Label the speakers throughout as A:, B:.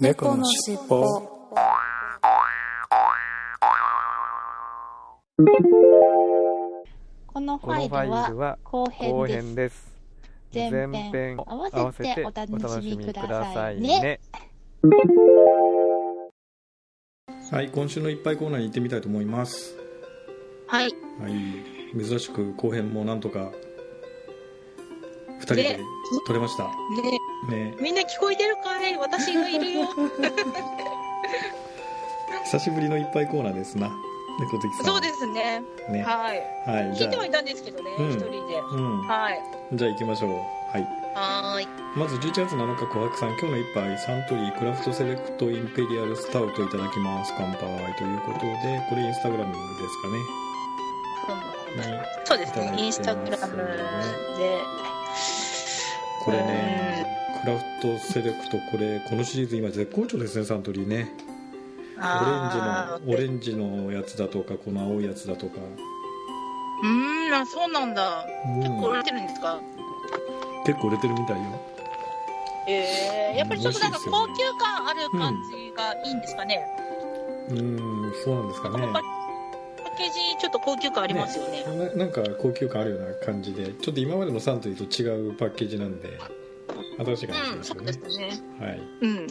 A: 猫のしっぽ。
B: このフ
C: この
B: ァイ
C: ファイ
B: ル
C: ル
B: は
C: は
B: 後
C: 後
B: 編
C: 編
B: です。
C: です。
B: 前編
C: 編
B: 合わせてお楽しみくださいね。
C: ね。
A: はい、今週のいっぱいコーナーに行ってみたいと思います。
B: はい。
A: はい、珍しく後編もなんとか2人で撮れました。
B: ね、
A: ね、
B: みんな聞こえてるかい私がい るよ。
A: 久しぶりのいっぱいコーナーですな。猫好きさん。
B: そうですね。
A: す。ね、は
B: はい。
A: い、じ
B: 聞い
A: ゃ
B: てはいたんですけどね、
A: うん
B: 一人で。
A: あ、うん、
B: はい。
A: じゃあ行きましょう。はい。
B: はーい。
A: まず11月7日琥珀さん今日の一杯サントリークラフトセレクトインペリアルスタウトいただきます乾杯ということでこれインスタグラムですかね、ね
B: そうです
A: いただい
B: ね。
A: て
B: インスタグラムで。
A: これねクラフトセレクトこれこのシリーズ今絶好調ですねサントリーね
B: あ
A: オレンジのオレンジのやつだとかこの青いやつだとか、
B: ーうーん、あ、そうなんだ。
A: うん
B: 結構売れてるんですか
A: 結構売れてるみたいよ
B: えー、やっぱりちょっとなんか
A: 美味しいですよ
B: 高
A: ね
B: 級感ある感じがいいんですかね。
A: うんそうなんですかね
B: パッケージ、ちょっと高級感ありますよね。
A: ななんか高級感あるような感じでちょっと今までのサントリーと違うパッケージなんで新しい感じです
B: うん、そ
A: よ
B: う
A: ね
B: です、ね。
A: はい
B: うん。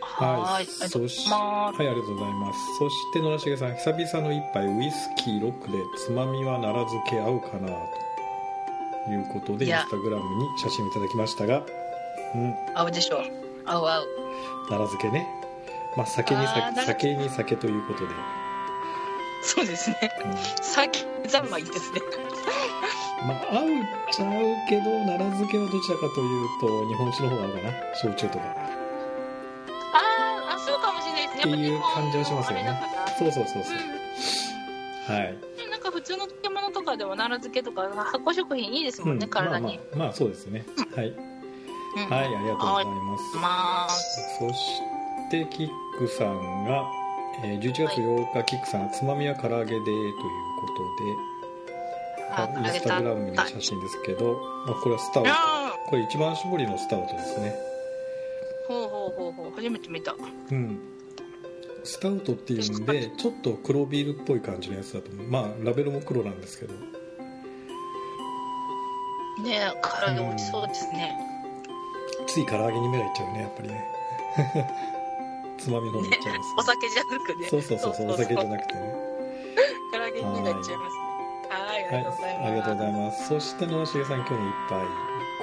A: は
B: はー
A: い、
B: い。ありがとう
A: そ
B: ござ
A: し
B: いま
A: はい、ありがとうございます。そして野良重さん、久々の一杯ウイスキーロックでつまみは奈良漬け合うかなということで
B: い
A: イン
B: や
A: スタグラムに写真をいただきましたが、うん、
B: す。合うでしょう。合う合う。
A: 奈良漬けね。まあ酒に
B: あー
A: 酒
B: 奈良漬
A: 酒に酒ということで、
B: そうですね。
A: うん
B: 酒三昧ですね。
A: まあ合うっちゃ合うけど奈良漬けはどちらかというと日本酒の方が合うかな、焼酎とか。
B: あーあ、そうかもしれないですね。
A: っていう感じはしますよね
B: やっぱ日本のあれだから
A: そうそうそうそうう。
B: ん
A: はい。
B: でもなんか普通の漬物とかでも奈良漬けとか発酵食品いいですも
A: うんん
B: ね、
A: まあ
B: 体
A: ま
B: に。
A: あまあそうですね。はい、
B: うん
A: はい、ありがとうございます。
B: まあ、
A: そしてキックさんが、えー11月8日、キックさんがつまみは唐揚げでという
B: あ
A: ことでインスタグラムの写真ですけど、まあ、これはスタウト
B: あ
A: これ一番搾りのスタウトですね
B: ほうほうほうほう、初めて見た。
A: うんスタウトっていうんでちょっと黒ビールっぽい感じのやつだと思うまあラベルも黒なんですけど
B: ねえ、唐揚げ美味しそうですね。
A: つい唐揚げに目がいっちゃうねやっぱりね つまみの方にいっちゃいます、
B: お酒じゃなくね。
A: そうそうそうそうお酒じゃ
B: く
A: なくてね
B: 唐揚げになっちゃいますね。はい、あ
A: はい
B: りがとうござい、ます。
A: ありがとうございます。そして野良重さん、今日の一杯、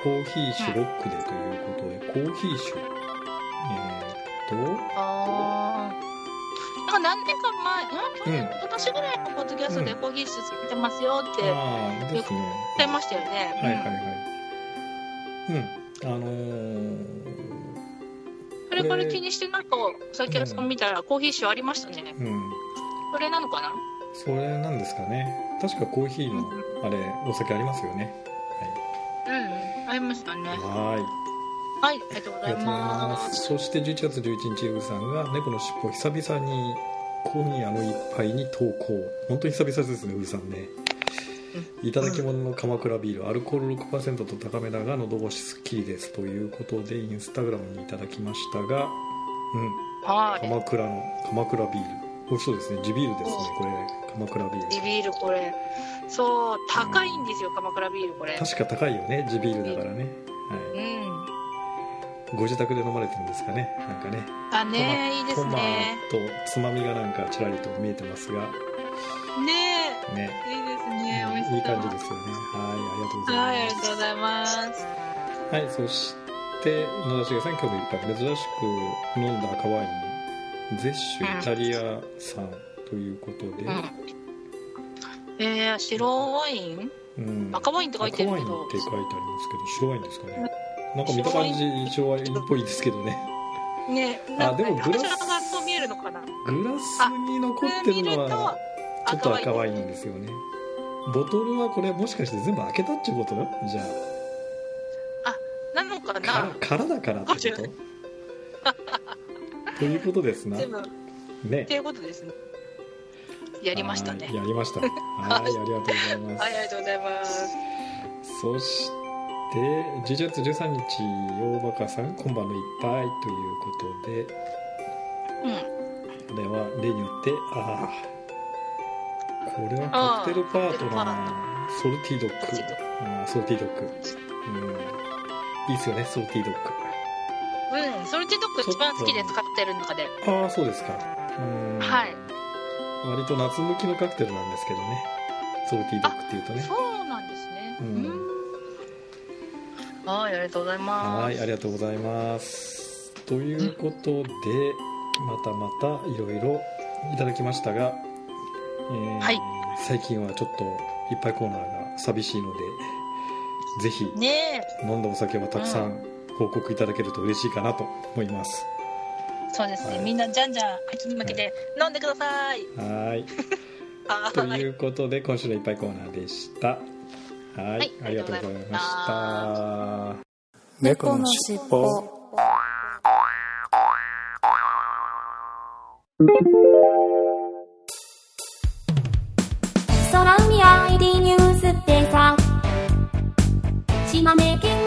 A: コーヒー酒ロックでということで、コーヒー酒。
B: あーなんか何年か前、うん、去
A: う
B: 年、今年ぐらいのポッドキャストで
A: うん
B: コーヒー室作ってますよっ
A: え
B: て
A: ーと、
B: 言っ
A: ああ、ですね。
B: てましたよね。
A: はいはいはい。うん。あのー
B: うんそれから気にしてなんかお酒屋さん見たらコーヒー酒ありましたね。
A: うん。
B: それなのかな
A: それなんですかね。確かコーヒーの、あれ、お酒ありますよね。
B: うん、ありましたね。
A: はい。
B: はい、ありがとうご
A: あ
B: ざ
A: りがとう
B: い
A: ございま
B: ます。
A: す。そして11月11日、ゆうさんが猫の尻尾久々に今夜の一杯に投稿。本当に久々ですね、うーさんね。いただき物の鎌倉ビール、アルコール6%と高めだが喉越しすっきりですということで、インスタグラムにいただきましたが、うん、
B: はい。
A: 鎌倉の鎌倉ビール。美味しそうですね、地ビールですね、これ、鎌倉ビー
B: 地
A: ル。
B: ビールこれ、そう、高いんですよ、鎌倉ビールこれ。
A: 確か高いよね、地ビールだからね。
B: う
A: は
B: ん。
A: い、ご自宅で飲まれてるんですかね、なんかね。
B: あねいいで
A: ト
B: す
A: マ
B: ね。
A: トつまみがなんかちらりと見えてますが
B: ね
A: ね
B: え、いいですね。美味しそ
A: い
B: う。
A: い感じですよねは
B: はい、
A: い
B: あ
A: あり
B: り
A: がと
B: がとう
A: うござ
B: ご
A: い
B: ざいます。
A: ますはいそして野田茂さん今日の一杯珍しく飲んだ赤ワインゼッシュイタリア産ということで、
B: うん。えー、白ワイン
A: うん
B: 赤ワインって書いてる
A: 赤
B: け
A: ワイン
B: ど
A: っ。て書いてありますけど白ワインですかねなんか見た感じ白ワインっぽいですけどね
B: ねえ、
A: あでもグラス
B: 私らがそう見えるのかな。
A: グラスに残ってるのはちょっと赤ワインですよねボトルはこれもしかして全部開けたってことじゃあ
B: なのか
A: か
B: な
A: 殻だからってこと ということですな
B: 全部っ
A: ね
B: ていうことですねやりました
A: は
B: ね
A: いやりましたはいありがとうございます
B: はいありがとうございます
A: そしで10月13日大バカさん今晩の一杯ということで
B: うん。
A: これは例によってああこれはカクテルパートナーソルティドッグあーソルティドッグうんいいっすよねソルティドッグ
B: うん。ソルティドッグ一番好きで使ってる中で。
A: ああそうですかうん
B: はい。
A: 割と夏向きのカクテルなんですけどねソルティドッグっていうとね
B: そうなんですね。
A: う
B: うんん。はい、ありがとうございます。
A: はいありがとうございますということでまたまたいろいろいただきましたが、えー
B: はい
A: 最近はちょっといっぱいコーナーが寂しいのでぜひ
B: ねえ、
A: 飲んだお酒はたくさん報告いただけると嬉しいかなと思います、
B: そうですね。
A: はい
B: みんなじゃんじゃん秋に向けて飲んでください。
A: はーい
B: は
A: と
B: ーい。
A: いうことで今週のいっぱいコーナーでしたはい
B: はい
A: ありがとうございま
B: ありがと
A: した
C: 猫のしっぽ
D: 空海 ID ニュースでさ島根県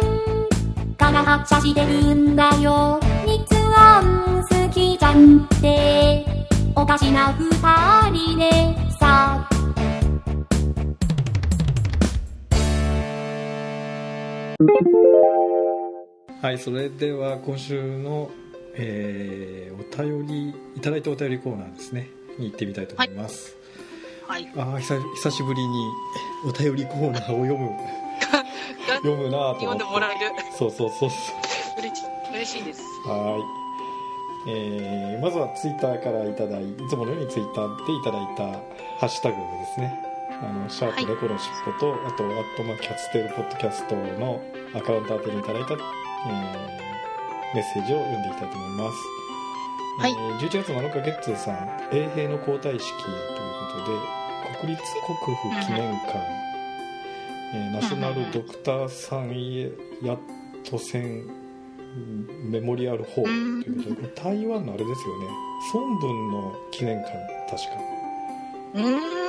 D: から発車してるんだよつあん好きじゃんっておかしな二人でさ
A: はい、それでは今週の、えーお便りいただいたお便りコーナーですねに行ってみたいと思います、
B: はい。
A: ああ久久しぶりにお便りコーナーを読 む読むなぁと思
B: 読
A: っ
B: ん
A: て
B: でもらえる。
A: そうそうそうそう
B: 嬉しい嬉しいです。
A: はい、えーまずはツイッターからいただいいつものようにツイッターでいただいたハッシュタグですね「あのシャー
B: はい
A: プ猫のしっぽと」あと「アットマークキャステルポッドキャスト」のアカウント宛てにいただいた、えーメッセージを読んでいきたいと思います、
B: はい
A: えー11月7日ゲッツーさん永平の皇太式ということで国立国府記念館、えーナショナルドクターさんへやっと戦メモリアルホールということで、これ台湾のあれですよね孫文の記念館確か
B: うーん。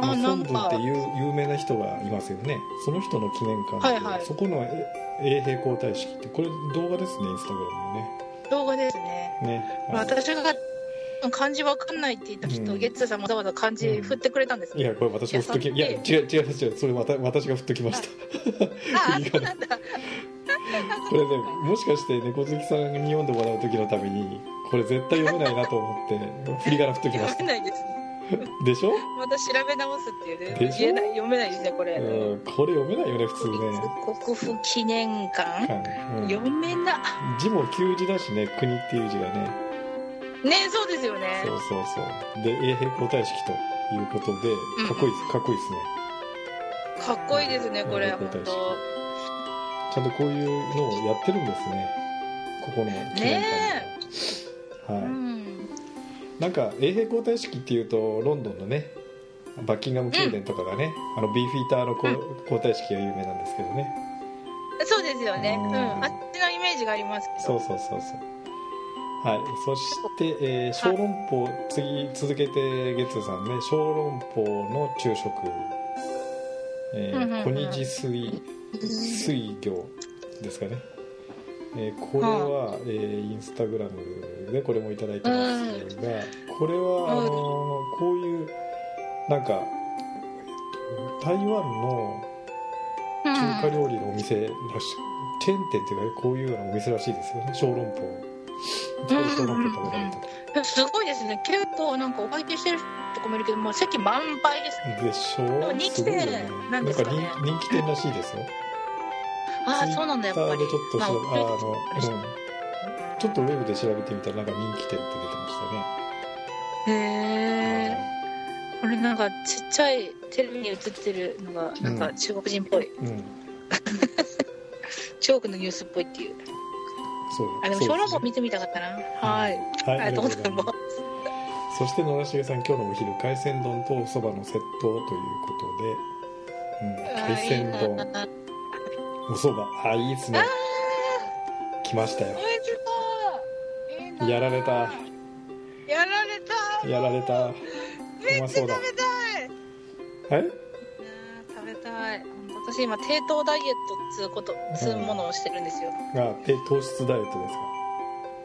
A: まあ
B: あ、な
A: 孫
B: ん
A: 文っ
B: か
A: て。いう有名な人がいますよねその人の記念館で、
B: はいはい
A: そこのえ永平皇太式ってこれ動画ですねインスタグ
B: 動画ですね。
A: ラムのねねあの
B: 私が漢字わかんないって言った人、
A: うん
B: ゲッツーさんもわざわざ漢字振ってくれたんです
A: い
B: ね。
A: やこれ私が振っときい
B: い
A: や違
B: や
A: う違う違うそれわた私が振っときま した
B: ああ、
A: いや
B: そうなんだ。
A: これねもしかして猫好きさんに読んでもらう時のためにこれ絶対読めないなと思って振り仮名振っときまし
B: 読
A: た
B: めないですね。
A: でしょ、
B: また調べ直すっていうね
A: でしょ
B: 言えない読めないですねこれ、
A: うん、これ読めないよね普通
B: 国立
A: ね
B: 国府記念館、
A: うん
B: 読めな
A: 字も旧字だしね国っていう字がね
B: ねそうですよね
A: そうそうそうで永平皇太式ということで
B: うん
A: かっこいいですかっこいいですね
B: かっこいいですねこれ
A: うん
B: 本当
A: ちゃんとこういうのをやってるんですねここの記念館では、
B: う
A: は
B: ん
A: いなんか永平皇太式っていうとロンドンのねバッキンガム宮殿とかがね、あのビーフィーターのこう
B: う
A: 皇太式が有名なんですけどね
B: そうですよね
A: う
B: うんんあっちのイメージがありますけ
A: そう
B: ど
A: そうそうそうはいそして、えー小籠包次続けて月さんね小籠包の昼食、えー
B: うんうんうん
A: 小虹水水魚ですかね、えーこれは、えーインスタグラムでこれもいただいてますが、これはあのーこういうなんか台湾の
B: うん
A: 中華料理のお店らしい、チェーン店っていうかこういうようなお店らしいですよね小籠包これ小籠包食べられたと
B: すごいですね結構なんかお会計してる人とかもいるけどもう席満杯です
A: でしょ
B: も
A: う
B: 人
A: す
B: 気
A: ごい
B: 店
A: よねな
B: なんん
A: か
B: ですかね
A: 人人気店らしいですよ
B: ああそうなんだやっ
A: タ
B: ぱ
A: ー
B: り
A: でちょっとしら、
B: まあ
A: あ、あの、うん、ちょっとウェブで調べてみたらなんか人気店って出てまし
B: へ
A: たね、
B: えこれなんかちっちゃいテレビに映ってるのがなん
A: う
B: か
A: ん
B: 中国人っぽい、
A: うん
B: 中国のニュースっぽいっていう
A: そう
B: あでも
A: そうす
B: 小
A: ね
B: 籠包見てみたかったな、は
A: は
B: い
A: い
B: ありがとうございます
A: すそして野良重さん今日のお昼海鮮丼とおそばのセットということで、うん、海鮮丼
B: あー
A: おそばあいいですね来ましたよ
B: 美味しそういいな
A: やられた
B: やられた
A: やられたう
B: めっ
A: ま
B: ちゃ
A: そう
B: 食べ
A: だ
B: たい
A: はい
B: あー食べたい本私今低糖ダイエットっつうことつうものをしてるんですよ
A: あで糖質ダイエットですか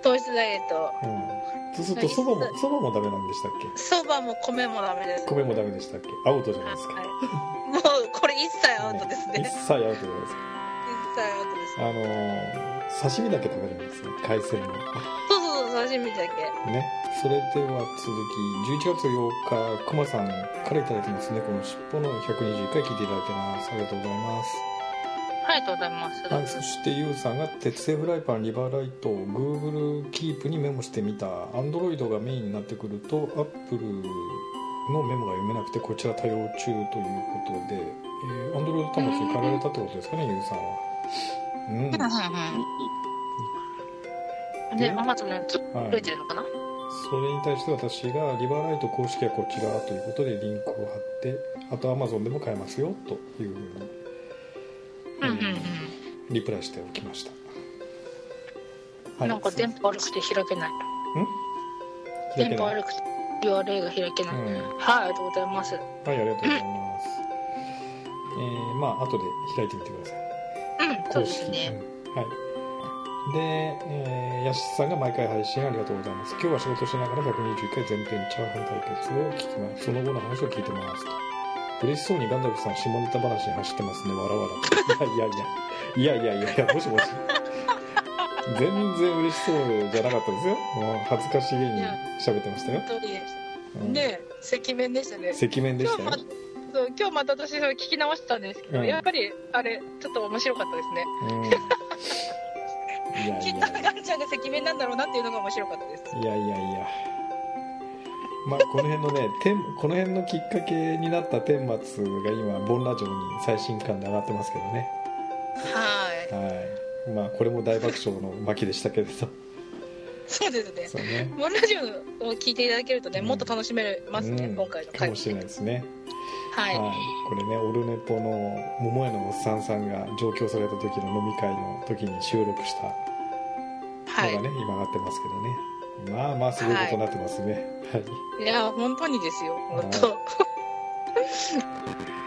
B: 糖質ダイエット
A: うんそうするとそばもそばもダメなんでしたっけ
B: そばも米もダメです
A: 米もダメでしたっけアウトじゃないですか、
B: はいもうこれ一切アウトです
A: 一
B: ね一
A: 切アウトじゃないですか
B: 切アウトです
A: あのー刺身だけ食べるんですね海鮮の
B: そうそうそう刺身だけ
A: ねそれでは続き11月8日くまさんからいただいてますねこの尻尾の121回聞いていただいてますありがとうございます
B: ありがとうございます
A: はい、そしてユウさんが鉄製フライパンリバーライトを Google キープにメモしてみた Android がメインになってくると Apple のメモが読めなくてこちら対応中ということで、えー、Android 端末に変えられたってことですかねユウさんはうん
B: うんうんうんで、アマゾンにつ
A: はい
B: ついてるのかな、
A: それに対して私がリバーライト公式はこちらということでリンクを貼ってあと Amazon でも買えますよというふう
B: うん
A: に、
B: うんうん
A: リプライしておきました、
B: なんか電波悪くて開けない
A: 開け
B: 電波
A: ない
B: 悪くて URL が開けない、
A: うん
B: はいありがとうございます
A: はい、ありがとうございます。えー、まあ、後で開いてみてください。
B: うんそうですね
A: うんはい。で、えー、やしさんが毎回配信ありがとうございます。今日は仕事しながら121回全編チャーハン対決を聞きます。その後の話を聞いてますと。嬉しそうにガンダルフさん下ネタ話に走ってますね。わらわら。いやいやいや。いやいやいやいや、もしもし。全然嬉しそうじゃなかったですよ。もう恥ずかしげに喋ってましたよ。
B: 本当に
A: うん、
B: ね赤面でしたね
A: 赤面でし
B: 今日
A: た
B: ま
A: よ。
B: そう今日また私それ聞き直したんですけど、
A: うん
B: やっぱりあれちょっと面白かったですね
A: うんいやい
B: きっ
A: や
B: とガンちゃんが赤面なんだろうなっていうのが面白かったです
A: いやいやいやまあこの辺のね てんこの辺のきっかけになった顛末が今ボンラジオに最新刊で上がってますけどね
B: はい
A: はいまあこれも大爆笑の巻でしたけれ ど
B: そうですね
A: そうね
B: モンラジオを聞いていただけるとね、
A: うん
B: もっと楽しめますね、
A: うん
B: 今回の
A: か
B: 回
A: もしれないですね、
B: はい、
A: これねオルネポの桃屋のおっさんさんが上京された時の飲み会の時に収録したのが
B: はい
A: ね、今上がってますけどねまあまあすごいことになってますねはい
B: いや本当にですよ
A: い
B: 本当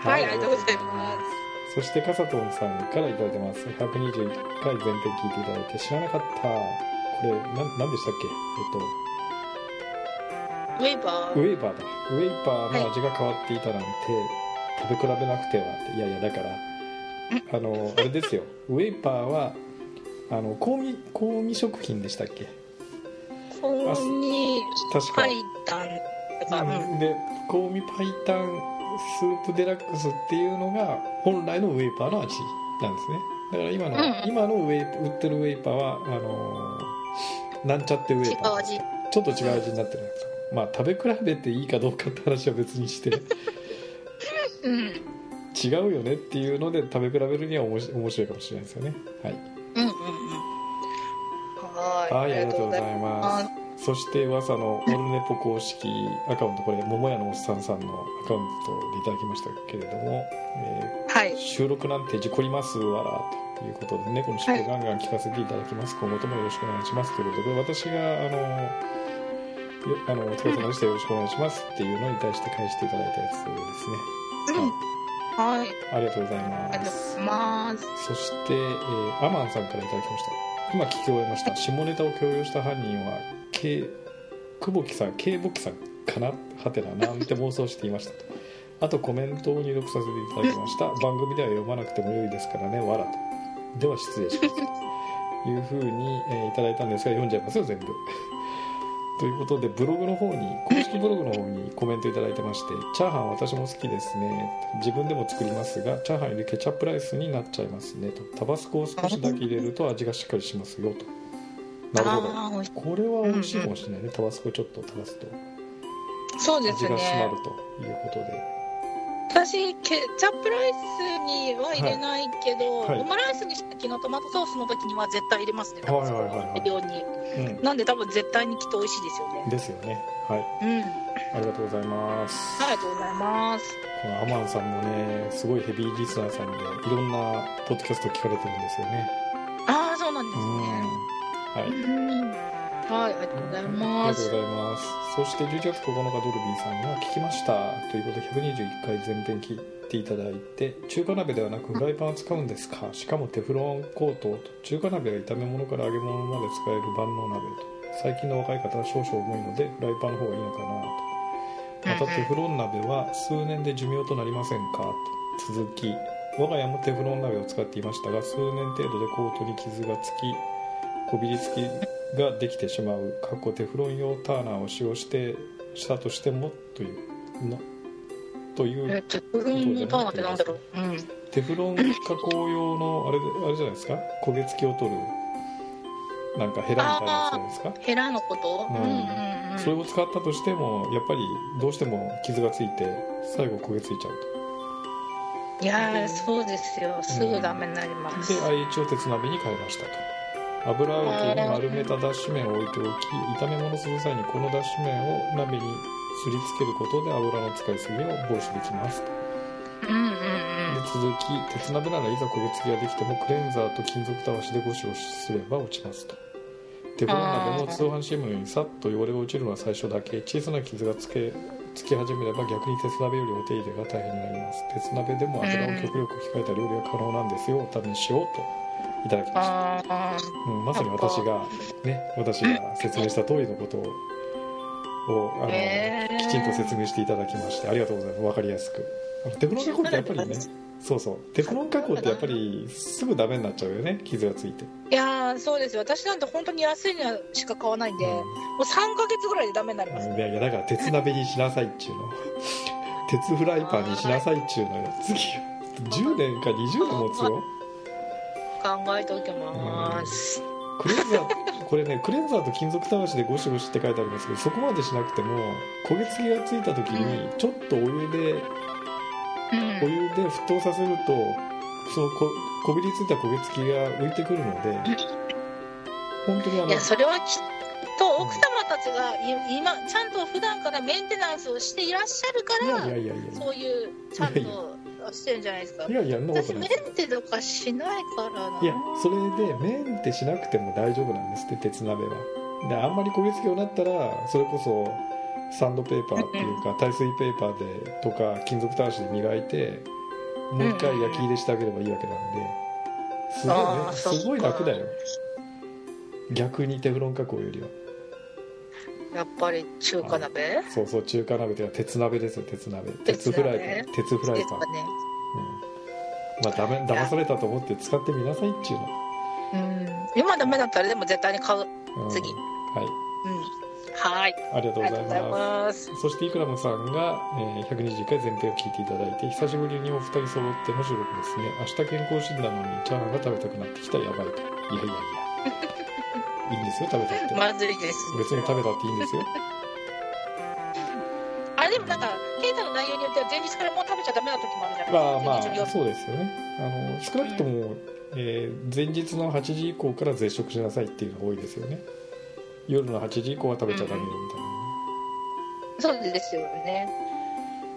B: はいありがとうございます
A: そしてかさとんさんからいただいてます121回前編聞いていただいて知らなかったこれな何でしたっけ
B: ウェー
A: え
B: バ
A: っとウ
B: ー
A: ェイパーだウェイパーの味が変わっていたなんて、食べ比べなくてはっていやいやだからあのあれですよウェイパーはあの香味香味食品でしたっけ
B: ここに
A: 確か
B: 入ったんだから、うん
A: うんで香味白湯スープデラックスっていうのが本来のウェーパーの味なんですねだから今の、
B: う
A: 今の
B: ん
A: ウェー売ってるウェーパーはあのーなんちゃってウェ
B: 違
A: ーパ
B: う
A: ー
B: 味
A: ちょっと違う味になってるんですよまあ食べ比べていいかどうかって話は別にして
B: うん
A: 違うよねっていうので食べ比べるにはおもし面白いかもしれないですよねはい
B: うんうんうんはーい
A: はい、ありがとうございます
B: あ。
A: そして噂のオルネポ公式アカウントこれ桃屋のおっさんさんのアカウントでいただきましたけれども、え
B: はい
A: ー収録なんて事故りますわらということでねこの尻尾ガンガン聞かせていただきます、今後ともよろしくお願いしますということで私があのよあのお疲れ様でしたよろしくお願いしますっていうのに対して返していただいたやつですね
B: はい
A: ありがとうござい
B: ありが
A: ま
B: とうご
A: す
B: ざいます
A: そして、えーアマンさんからいただきました今聞き終えました下ネタを強要した犯人は K 久保木さん K ぼきさんかなはてななんて妄想していましたあとコメントを入力させていただきました番組では読まなくても良いですからねわらとでは失礼しますというふうに、えーいただいたんですが読んじゃいますよ全部 ということでブログの方に公式ブログの方にコメントいただいてまして「チャーハン私も好きですね」自分でも作りますがチャーハンよりケチャップライスになっちゃいますね」と「タバスコを少しだけ入れると味がしっかりしますよ」となるほど
B: あー美味し
A: これは美味しいかもしれないね、タバスコちょっと垂らすと
B: いそうで
A: 味
B: す
A: が締まる
B: ね
A: ということで、
B: 私ケチャップライスには入れないけど、
A: はいはい
B: オムライスにした時のトマトソースの時には絶対入れますね、
A: はいはいはいはい
B: 量になんで多分絶対にきっと美味しいですよ
A: うん、
B: ね
A: ですよねはい
B: うん
A: ありがとうございます、
B: ありがとうございます
A: このアマンさんもねすごいヘビーリスナーさんでいろんなポッドキャスト聞かれてるんですよね
B: ああそうなんで
A: う
B: す
A: ん
B: ね
A: はい
B: うんはいありがとうござい
A: ありが
B: ま
A: とう
B: す
A: ございます。そして11月9日ドルビーさんが聞きましたということで121回前編聞いっていただいて中華鍋ではなくフライパンを使うんですかしかもテフロンコートと中華鍋は炒め物から揚げ物まで使える万能鍋と最近の若い方は少々重いのでフライパンの方がいいのかなとまたテフロン鍋は数年で寿命となりませんかと続き我が家もテフロン鍋を使っていましたが数年程度でコートに傷がつきこびりつきができてしまう過去テフロン用ターナーを使用してしたとしてもというのとい
B: え
A: う
B: っと、部分のターンってなんだろう。うん。
A: テフロン加工用のあれであれじゃないですか焦げ付きを取るなんかヘラみたいなやつじゃないですか
B: ヘラのこと。
A: うん
B: うんうんうん。
A: それを使ったとしてもやっぱりどうしても傷がついて最後焦げついちゃう
B: いやー、そうですよ。すぐダメになります。
A: とで IH を鉄鍋に変えましたと油揚げに丸めた脱脂麺を置いておき炒め物する際にこの脱脂麺を鍋にすりつけることで油の使いすぎを防止できます
B: うんうんうん。
A: で続き鉄鍋ならいざ焦げ付きができてもクレンザーと金属たわしでゴシゴシすれば落ちますとテフロン鍋も通販 CM のようにさっと汚れが落ちるのは最初だけ小さな傷がつけつき始めれば逆に鉄鍋よりお手入れが大変になります鉄鍋でも油を極力控えた料理が可能なんですよお試しをといただきました、
B: ああ。
A: うん、まさに私がね私が説明した通りのことををあの、
B: へー
A: きちんと説明していただきましてありがとうございます分かりやすくあのテフロン加工ってやっぱりねそうそうテフロン加工ってやっぱりすぐダメになっちゃうよね傷がついて、
B: いやー、そうですよ。私なんて本当に安いのしか買わないんで、もう3ヶ月ぐらいでダメになります。
A: いやいやだから鉄鍋にしなさいっちゅうの 鉄フライパンにしなさいっちゅうのよ次10年か20年持つよ
B: 考えておきます。
A: クレンザーこれねクレンザーと金属たわしでゴシゴシって書いてありますけどそこまでしなくても焦げ付きがついた時にちょっとお湯で
B: う
A: お
B: ん。
A: 湯で沸騰させるとそのここびりついた焦げ付きが浮いてくるので本当にあの
B: いや、それはきっと奥様たちがい今、ちゃんと普段からメンテナンスをしていらっしゃるか
A: いやいやい
B: ら、
A: やいや
B: そういう、ちゃん
A: いや
B: としてるんじゃないですか
A: い。やいやそんなこ
B: 私
A: とな
B: メ
A: い
B: ンテとかしないからない
A: やそれで麺ってしなくても大丈夫なんですって鉄鍋はであんまり焦げ付きをなったらそれこそサンドペーパーっていうか耐水ペーパーでとか金属たわしで磨いてもう一回焼き入れしてあげればいいわけなんですごい
B: あー
A: ね
B: そっか
A: すごい楽だよ逆にテフロン加工よりは
B: やっぱり中華鍋
A: そうそう中華鍋というか鉄鍋ですよ鉄鍋
B: 鉄
A: 鉄
B: 鍋
A: フライパン鉄フライ
B: です
A: パン、
B: か
A: うん、まあダメ騙されたと思って使ってみなさいっちゅうの、
B: ねうん今ダメだったらでも絶対に買ううん
A: うん、
B: 次
A: はい
B: はい
A: ありがとう
B: あ
A: ご
B: り
A: ざいう
B: がとござい
A: ます
B: ます
A: そしてイクラムさんが、えー120回前編を聞いていただいて久しぶりにお二人揃っての収録ですね明日健康診断なのにチャーハンが食べたくなってきたやばいといやいやいやいいんですよ食べたって、
B: まずいです
A: 別に食べたっていいんですよ
B: あれでもなんか検査の内容によっては前日からもう食べちゃダメな時もあるじゃ
A: まあま
B: ないですか前日
A: あ
B: に
A: そうですよねあの少なくとも、えー前日の8時以降から絶食しなさいっていうのが多いですよね夜の8時以降は食べちゃダメよ
B: そうですよね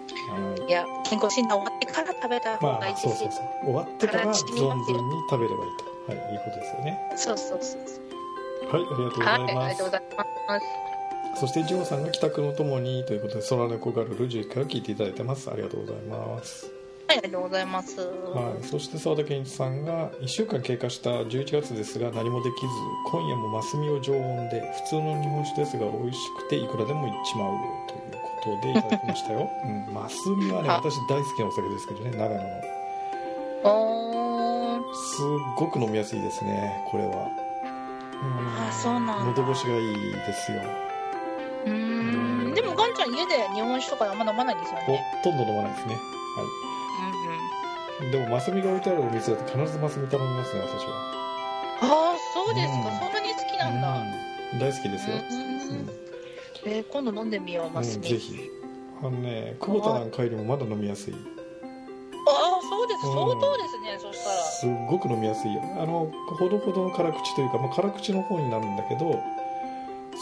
A: みたいな、はい
B: いや健康診断終わってから食べた方
A: ま
B: がいい
A: あ
B: し、
A: そうそうそう終わってから
B: 体に染み
A: 存
B: ますよ
A: 分に食べればいいと、はい、いうことですよね
B: そうそうそう
A: はいありがとうご
B: は
A: ざい
B: いあ
A: ま
B: りが
A: す、
B: とうございます
A: そしてジョーさんが帰宅のともにということで空猫ガルル11回を聞いていただいてますありがとうございます
B: はいありがとうございます
A: はい、そして澤田健一さんが1週間経過した11月ですが何もできず今夜もマスミを常温で普通の日本酒ですが美味しくていくらでもいっちまうよということでいただきましたよ、うん、マスミはね
B: あ
A: 私大好きなお酒ですけどね長野の
B: おー
A: すっごく飲みやすいですねこれは、うん
B: あそうなんだ
A: 喉越しがいいですよ
B: うーんでもガンちゃん家で日本酒とかあんま飲まないんですよ
A: ほ
B: ね
A: とんど飲まないですね
B: うんうん
A: でもマスミが置いてあるお店だと必ずマスミ頼みますね私は
B: ああそうですか、
A: うん
B: そんなに好きなんだ、
A: うん大好きですよ、
B: うん
A: うん
B: えー今度飲んでみよう
A: う
B: マ
A: ん、
B: ス
A: ぜ
B: ミ、
A: ひあのね久保田なんかよりもまだ飲みやすい
B: ああそうです
A: うん
B: 相当ですね、そしたら
A: すっごく飲みやすいよあのほどほどの辛口というか、まあ、辛口の方になるんだけど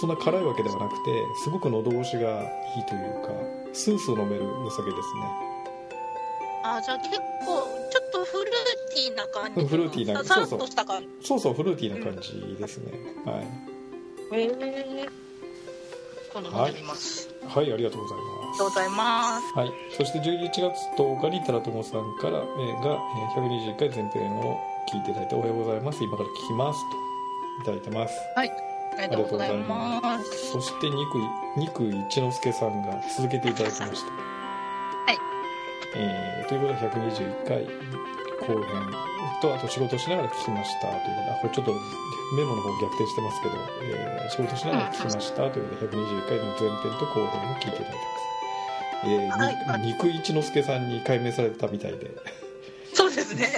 A: そんな辛いわけではなくてすごく喉越しがいいというかスースー飲めるお酒ですね
B: あーじゃあ結構ちょっとフルーティーな感じ
A: フルーティーなそ
B: さ
A: う
B: らっ
A: そう
B: とした感じ
A: そうそうフルーティーな感じですね、はい
B: へえ
E: 今度飲んでみます。
A: はいありがとうございます
E: ありがとうございます。
A: はい、そして11月10日にタラトモさんから、えーが、えー121回前編を聞いていただいておはようございます今から聞きますといただいてます
E: ありがとうございます。
A: そして肉肉一之輔さんが続けていただきました
E: い
A: えーということで121回後編とあと仕事しながら聞きましたということであこれちょっとメモの方逆転してますけど、えー仕事しながら聞きましたということで121回の前編と後編を聞いていただいてます、えーに
E: はい
A: 肉一之輔さんに改名されたみたいで
E: そうですね。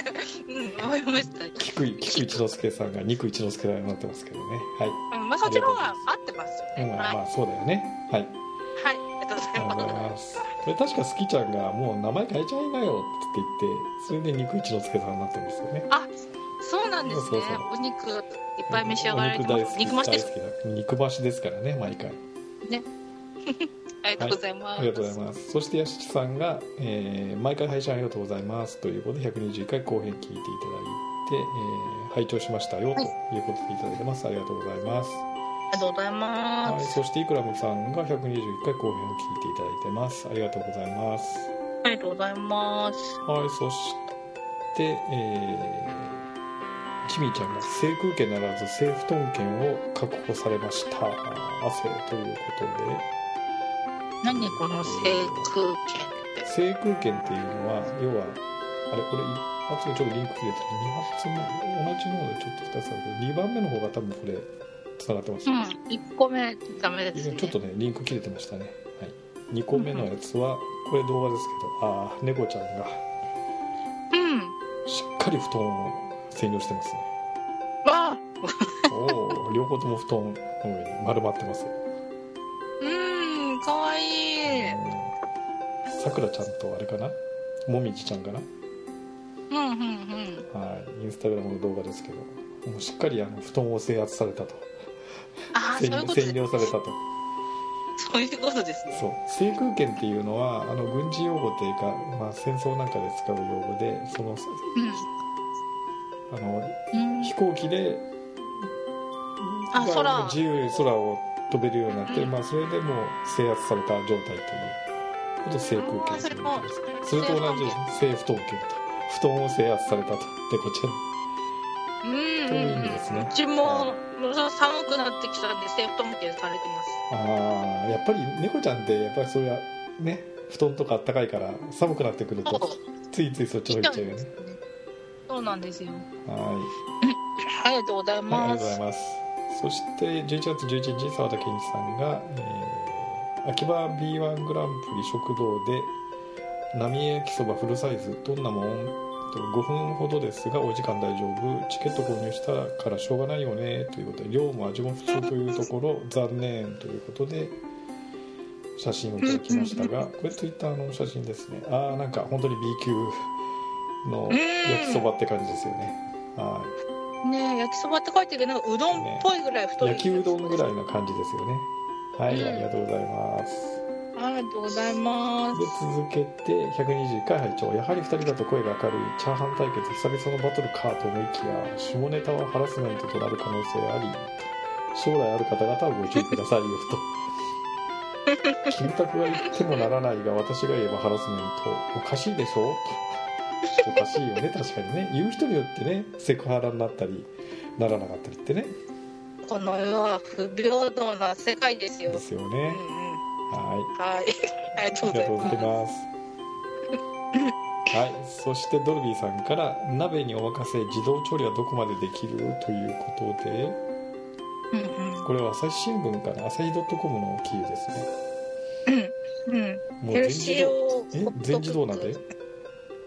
E: うん、思いました。
A: 菊井菊一之輔さんが肉一之輔さんになってますけどねはい、
E: うん、まあ、そっちの方が合ってますよ
A: うん
E: ね。はい。
A: ま
E: はい。
A: あそうだよねはい
E: ありがとうござ
A: ありがとう
E: い
A: ござい
E: ま
A: ます。これ確かスキちゃんがもう名前変えちゃいなよって言って、それで肉一之輔さんになってるんですよね。
E: す。あ、そうなんです
A: そう
E: ね
A: そうそう。
E: お肉いっぱい召し上がられて
A: お
E: ます。
A: 肉大好
E: 肉増
A: き
E: しです。
A: 大好きだ。肉増しですからね、毎回。
E: ありがとうございます。
A: ありがとうございます。そしてやしきさんが、えー毎回配信ありがとうございますということで120回後編聞いていただいて、えー拝聴しましたよということでいただいてます。ありがとうございます。
E: ありがとうござい
A: は
E: ま
A: い、
E: す。
A: そしてイクラムさんが121回後編を聞いていただいてます。ありがとうございます。
E: ありがとうございます。
A: はい、そして、えー、キミちゃんが制空権ならず制布団権を確保されました汗というこ
E: 何この制空権
A: とで制空権っていうのは要はあれこれ一発目ちょっとリンク切れてる2発目同じのでちょっと2つあるけど2番目の方が多分これつながってます、
E: うん、一個目ダメです、ね。
A: ちょっとねリンク切れてましたね、はい、2個目のやつはこれ動画ですけどああ猫ちゃんが
E: うん。
A: しっかり布団を占領してますね
E: わあ、
A: おお両方とも布団の上に丸まってます
E: うん、可愛いい。
A: うんさくらちゃんとあれかなもみじちゃんかな
E: うんうんうん。
A: はいインスタグラムの動画ですけどもうしっかりあの布団を制圧されたと
E: ああ、そう
A: 占
E: いうことです
A: 占領されたと
E: そういうことですね。
A: そう制空権っていうのはあの軍事用語というか、まあ、戦争なんかで使う用語でそのあの
E: うん。うん
A: 飛行機で
E: あ
A: ま
E: 空
A: 自由に空を飛べるようになって、
E: うん
A: まあ、それでもう制圧された状態ということを制空
E: あ
A: 権
E: ー
A: と
E: そ
A: い
E: れ
A: う
E: も
A: ことですそれと同じです制布団権と布団を制圧されたとでこちら
E: うんうん
A: という意
E: うん
A: 味ですね
E: うちももう寒くなってきたんでセーフトムケされてま
A: ああやっぱり猫ちゃんってやっぱりそれはね布団とかあったかいから寒くなってくる
E: す。そ
A: と
E: う
A: ついついそっちの方行っちゃうよね
E: そうなんですよ。
A: はい
E: ありがとうござい
A: はいあり
E: ま
A: がとうござ
E: す
A: い。ますそして11月11日澤田健一さんが、えー秋葉 B1 グランプリ食堂で浪江焼きそばフルサイズどんなもんと5分ほどですがお時間大丈夫チケット購入したからしょうがないよねということで量も味も普通というところ残念ということで写真をいただきましたがこれツイッターの写真ですねああなんか本当に B 級の焼きそばって感じですよねはい
E: ねえ焼きそばって書いてるけどなんかうどんっぽいぐらい太い。
A: 焼きうどんぐらいな感じですよねはい、
E: うん
A: ありがとうございます
E: ありがとうございます。
A: で続けて120回拝聴やはり2人だと声が明るいチャーハン対決久々のバトルかと思いきや下ネタはハラスメントとなる可能性あり将来ある方々はご注意くださいよ と金卓が言ってもならないが私が言えばハラスメントおかしいでしょとおかしいよね確かにね言う人によってねセクハラになったりならなかったりってね
E: この世は不平等な世界ですよ。
A: ですよ
E: うんう
A: ね
E: ん、
A: はい
E: はい。ありがとう
A: あ
E: ご
A: りが
E: ざ
A: と
E: い
A: うござい
E: ま。
A: ます。はい、そしてドルビーさんから「鍋にお任せ自動調理はどこまでできる?」ということです
E: うん
A: これは朝日新聞かな朝日 .com の記事ですね
E: うんうん。
A: もう
E: ヘ
A: 全
E: ル
A: 自
E: シー
A: 動
E: を
A: え全自動なんで
E: う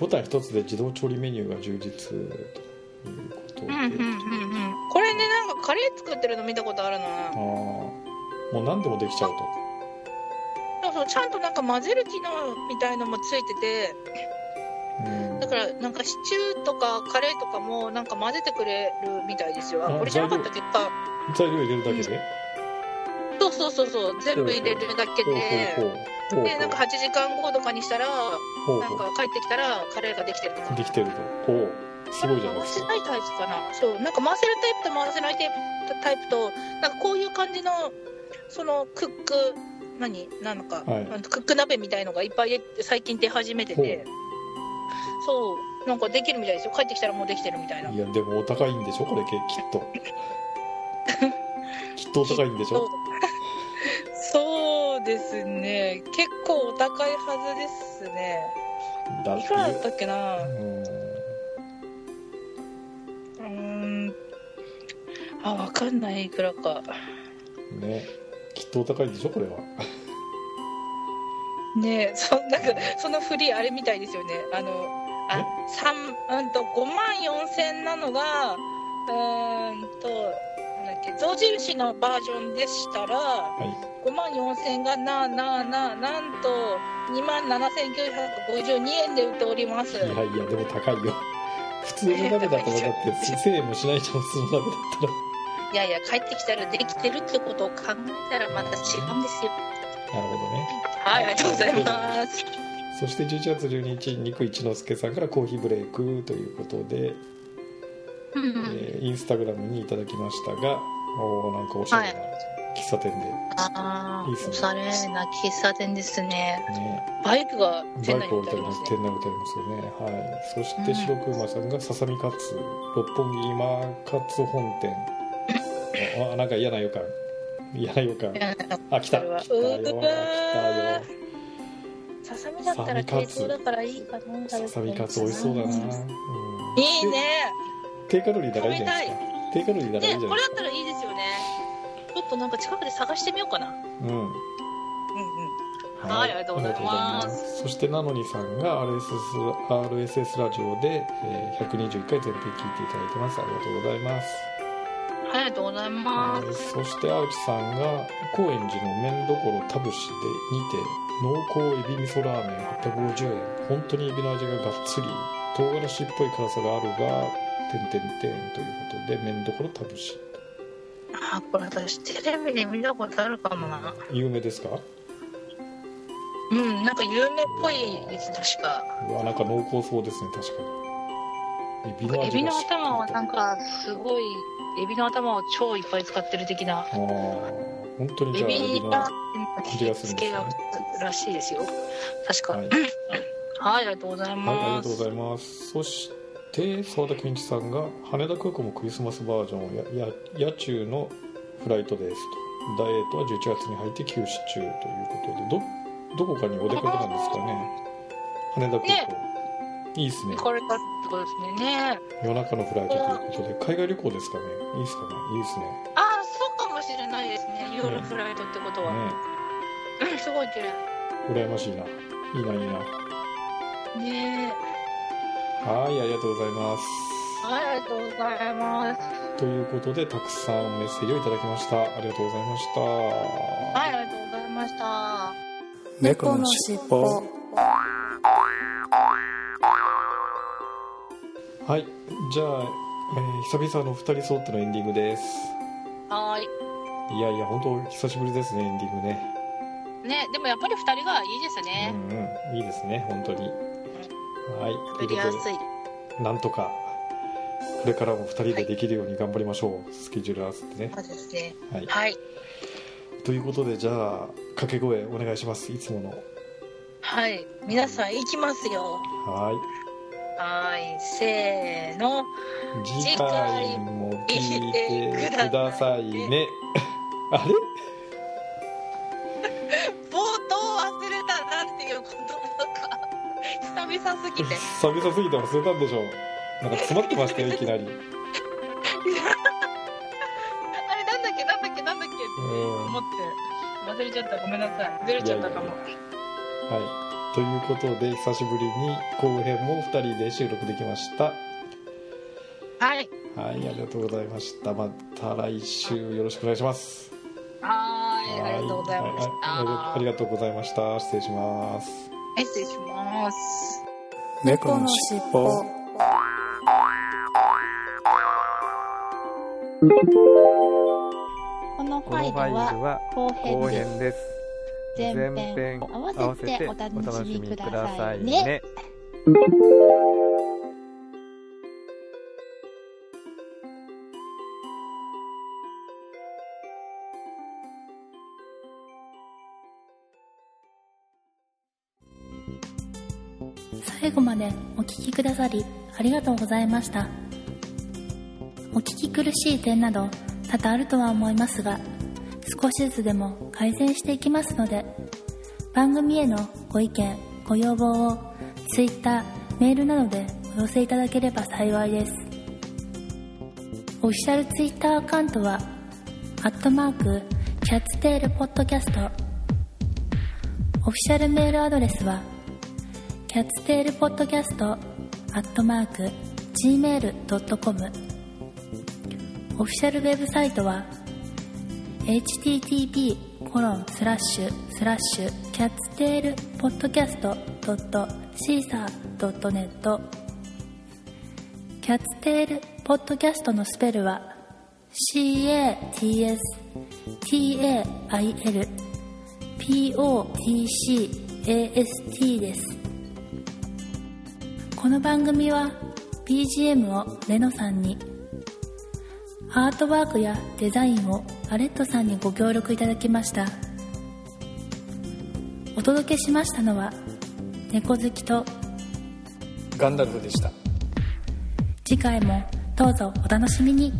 A: ボタン一つで自動調理メニューが充実ということで、
E: んうんうんうんうん。これねなんかカレー作ってるの見たことあるな。
A: ああもう何でもできちゃうと
E: そうそうちゃんとなんか混ぜる機能みたいのもついてて
A: うん
E: だからなんかシチューとかカレーとかもなんか混ぜてくれるみたいですよ
A: あ
E: あこれじゃなかったっけか
A: 材料入れるだけで、
E: そうそうそうそう全部入れるだけ
A: ほう
E: で
A: ほうほうほう
E: でなんか8時間後とかにしたらな
A: ほうんほ
E: か帰ってきたらカレーができてると
A: う
E: か
A: できてるとほうすごいじゃない
E: 回
A: です
E: せ
A: か
E: ないタイプかなそうなんか回せるタイプと回せないタイプタイプとなんかこういう感じのそのクック何なのか、
A: はい
E: あのクック鍋みたいのがいっぱい出て最近出始めててそうなんかできるみたいですよ帰ってきたらもうできてるみたいない
A: やでもお高いんでしょこれきっ ときっとお高いんでしょ
E: そうですね結構お高いはずですね
A: だっ
E: いくらだってたっけな
A: う
E: うんーんあわかんないいくらか
A: ねきっとお高いんでしょこれは
E: ねえそなんかその振りあれみたいですよねあのあ三うんと5万4千なのがうーんとなんだっけ象印のバージョンでしたら
A: はい
E: 5万4千がなあなあなあなんと2万7952円で売っております
A: いやいやでも高 いよ普通の鍋だと分かって1000円もしないじゃん普通の鍋だったら
E: いやいや帰ってきたらできてるってことを考えたらまた違うんですよ
A: なるほどね
E: はいありがとうございます
A: そして11月12日肉一之輔さんからコーヒーブレイクということで、
E: うんうん
A: えーインスタグラムにいただきましたがおーなんかおしゃれな喫茶店で、
E: ああ
A: いいっすね
E: おしゃれな喫茶店ですね
A: ね
E: バイクが店
A: バ
E: 内
A: イ
E: に
A: ク
E: 置
A: 置
E: い
A: いてあ
E: てあり
A: り
E: ま
A: ますす
E: ね
A: 店内置いてありますよねはいそして白く馬さんがささみカツ六本木今カツ本店ああなんか嫌な予感嫌な予感あ来た
E: これは
A: 来たよ
E: う
A: 来
E: わ
A: たよ
E: ささみだったら低糖だからいいかな
A: ささみカツ美味しそうだな、うん、
E: いいね
A: 低カロリーだからいいじゃないですか低カロリーだからいい
E: ね
A: じゃ
E: こ
A: ないで
E: れだったらいいですよねちょっとなんか近くで探してみようかなうん
A: すかうん
E: うんはいありがとうございます
A: ありがとうございそしてなのにさんが RSS, RSS ラジオで、えー121回全編聞いていただいてますありがとうございます、
E: ありがとうござい
A: え
E: ます
A: ーそして青地さんが高円寺の麺どころ田節でにて濃厚エビ味噌ラーメン850円本当にエビの味ががっつり唐辛子っぽい辛さがあるが点点点ということで麺どころ田節
E: あこれ私テレビで見たことあるかもな
A: 有名ですか
E: うんなんか有名っぽいです確か
A: うわなんか濃厚そうですね確かにエビの
E: エ
A: 味
E: ビ
A: が
E: の
A: しっかり
E: 頭は
A: と
E: なんかすごいエビの頭を超いっぱい使ってる的な
A: ああ、本当にじ
E: エ
A: ゃあ、エ
E: ビ
A: ビの。
E: が
A: は
E: 付けがらしいですよ確か
A: い、はい、
E: はい、ありがとうござい
A: ありが
E: ま
A: と
E: す。
A: うございます。そして、澤田健一さんが、羽田空港もクリスマスバージョンをや、や、夜中のフライトですと。ダイエットは11月に入って休止中ということで、ど、どこかにお出かけなんですかね。羽田空港。いいですね。
E: これからってことですね。ね
A: 夜中のフライトということで、海外旅行ですかね。いいですかね。いいですね。
E: ああ、そうかもしれないですね。夜
A: ね
E: フライトってことは。うん、すごい綺麗。
A: ね羨ましいな。いいな、いいな。
E: ね
A: はい、ありがとうございます。
E: はい、ありがとうございます。
A: ということでたくさんメッセージをいただきましたありがとうございました
E: はい、ありがとうございました。
F: 猫のしっぽ
A: はいじゃあ、えー久々のお二人そうってのエンディングです
E: はー
A: いやいや本当久しぶりですねエンディングね
E: い。ね、でもやっぱり二人がいいですね。
A: うんうんいいですね本当にはいと
E: 喋
A: いう
E: り
A: こ
E: や
A: と
E: すい。
A: でなんとかこれからも二人でできるように頑張りましょう、スケジュール合わせてね
E: そうですね。
A: はい
E: はい。
A: ということでじゃあ掛け声お願いしますいつもの
E: はい。皆さん、行きますよ。
A: はい
E: はい。せーの。
A: 次回も聞いてくださいね あれ
E: 冒頭忘れたなんていう言葉が。久々すぎ て。
A: 久々すぎて忘れたんでしょうなんか詰まってま したよいきなりうん
E: あれなんだっけなんだっけなんだっけ思って忘れちゃったごめんなさいずれちゃったかも
A: いやはいということで久しぶりに後編も2人で収録できました
E: はい
A: はいありがとうございましたまた来週よろしくお願いします
E: はーいありがとうございまし
A: はいはいあ
E: た
A: りがとうございました失礼します
E: はい失礼します
F: 猫のしっぽ
C: このフ
G: この
C: ァイ
G: ファイ
C: ルは
G: ルは
C: 後
G: 後
C: 編
G: 編です
C: 前
G: 前
C: 編
G: 編
C: を合
G: 合
C: わ
G: わ
C: せ
G: せ
C: て
G: て
C: お
G: お
C: 楽
G: 楽
C: し
G: し
C: み
G: み
C: く
G: く
C: だ
G: だ
C: さ
G: さ
C: い
G: い
C: ね。
G: ね
H: 最後までお聞きくださりありがとうございましたお聞き苦しい点など多々あるとは思いますが少しずつでも改善していきますので番組へのご意見ご要望を Twitter メールなどでお寄せいただければ幸いですオフィシャル Twitter アカウントはアットマークキャッツテールポッドキャストオフィシャルメールアドレスはキャッツテールポッドキャストアットマーク gmail.com オフィシャルウェブサイトは http コロンスラッシュスラッシュキャッツテールポッドキャストドットシーサードットネットキャッツテールポッドキャストのスペルは CATSTAIL POTCAST ですこの番組は BGM をレノさんにアートワークやデザインをアレットさんにご協力いただきましたお届けしましたのは猫好きと
G: ガンダルフでした
H: 次回もどうぞお楽しみに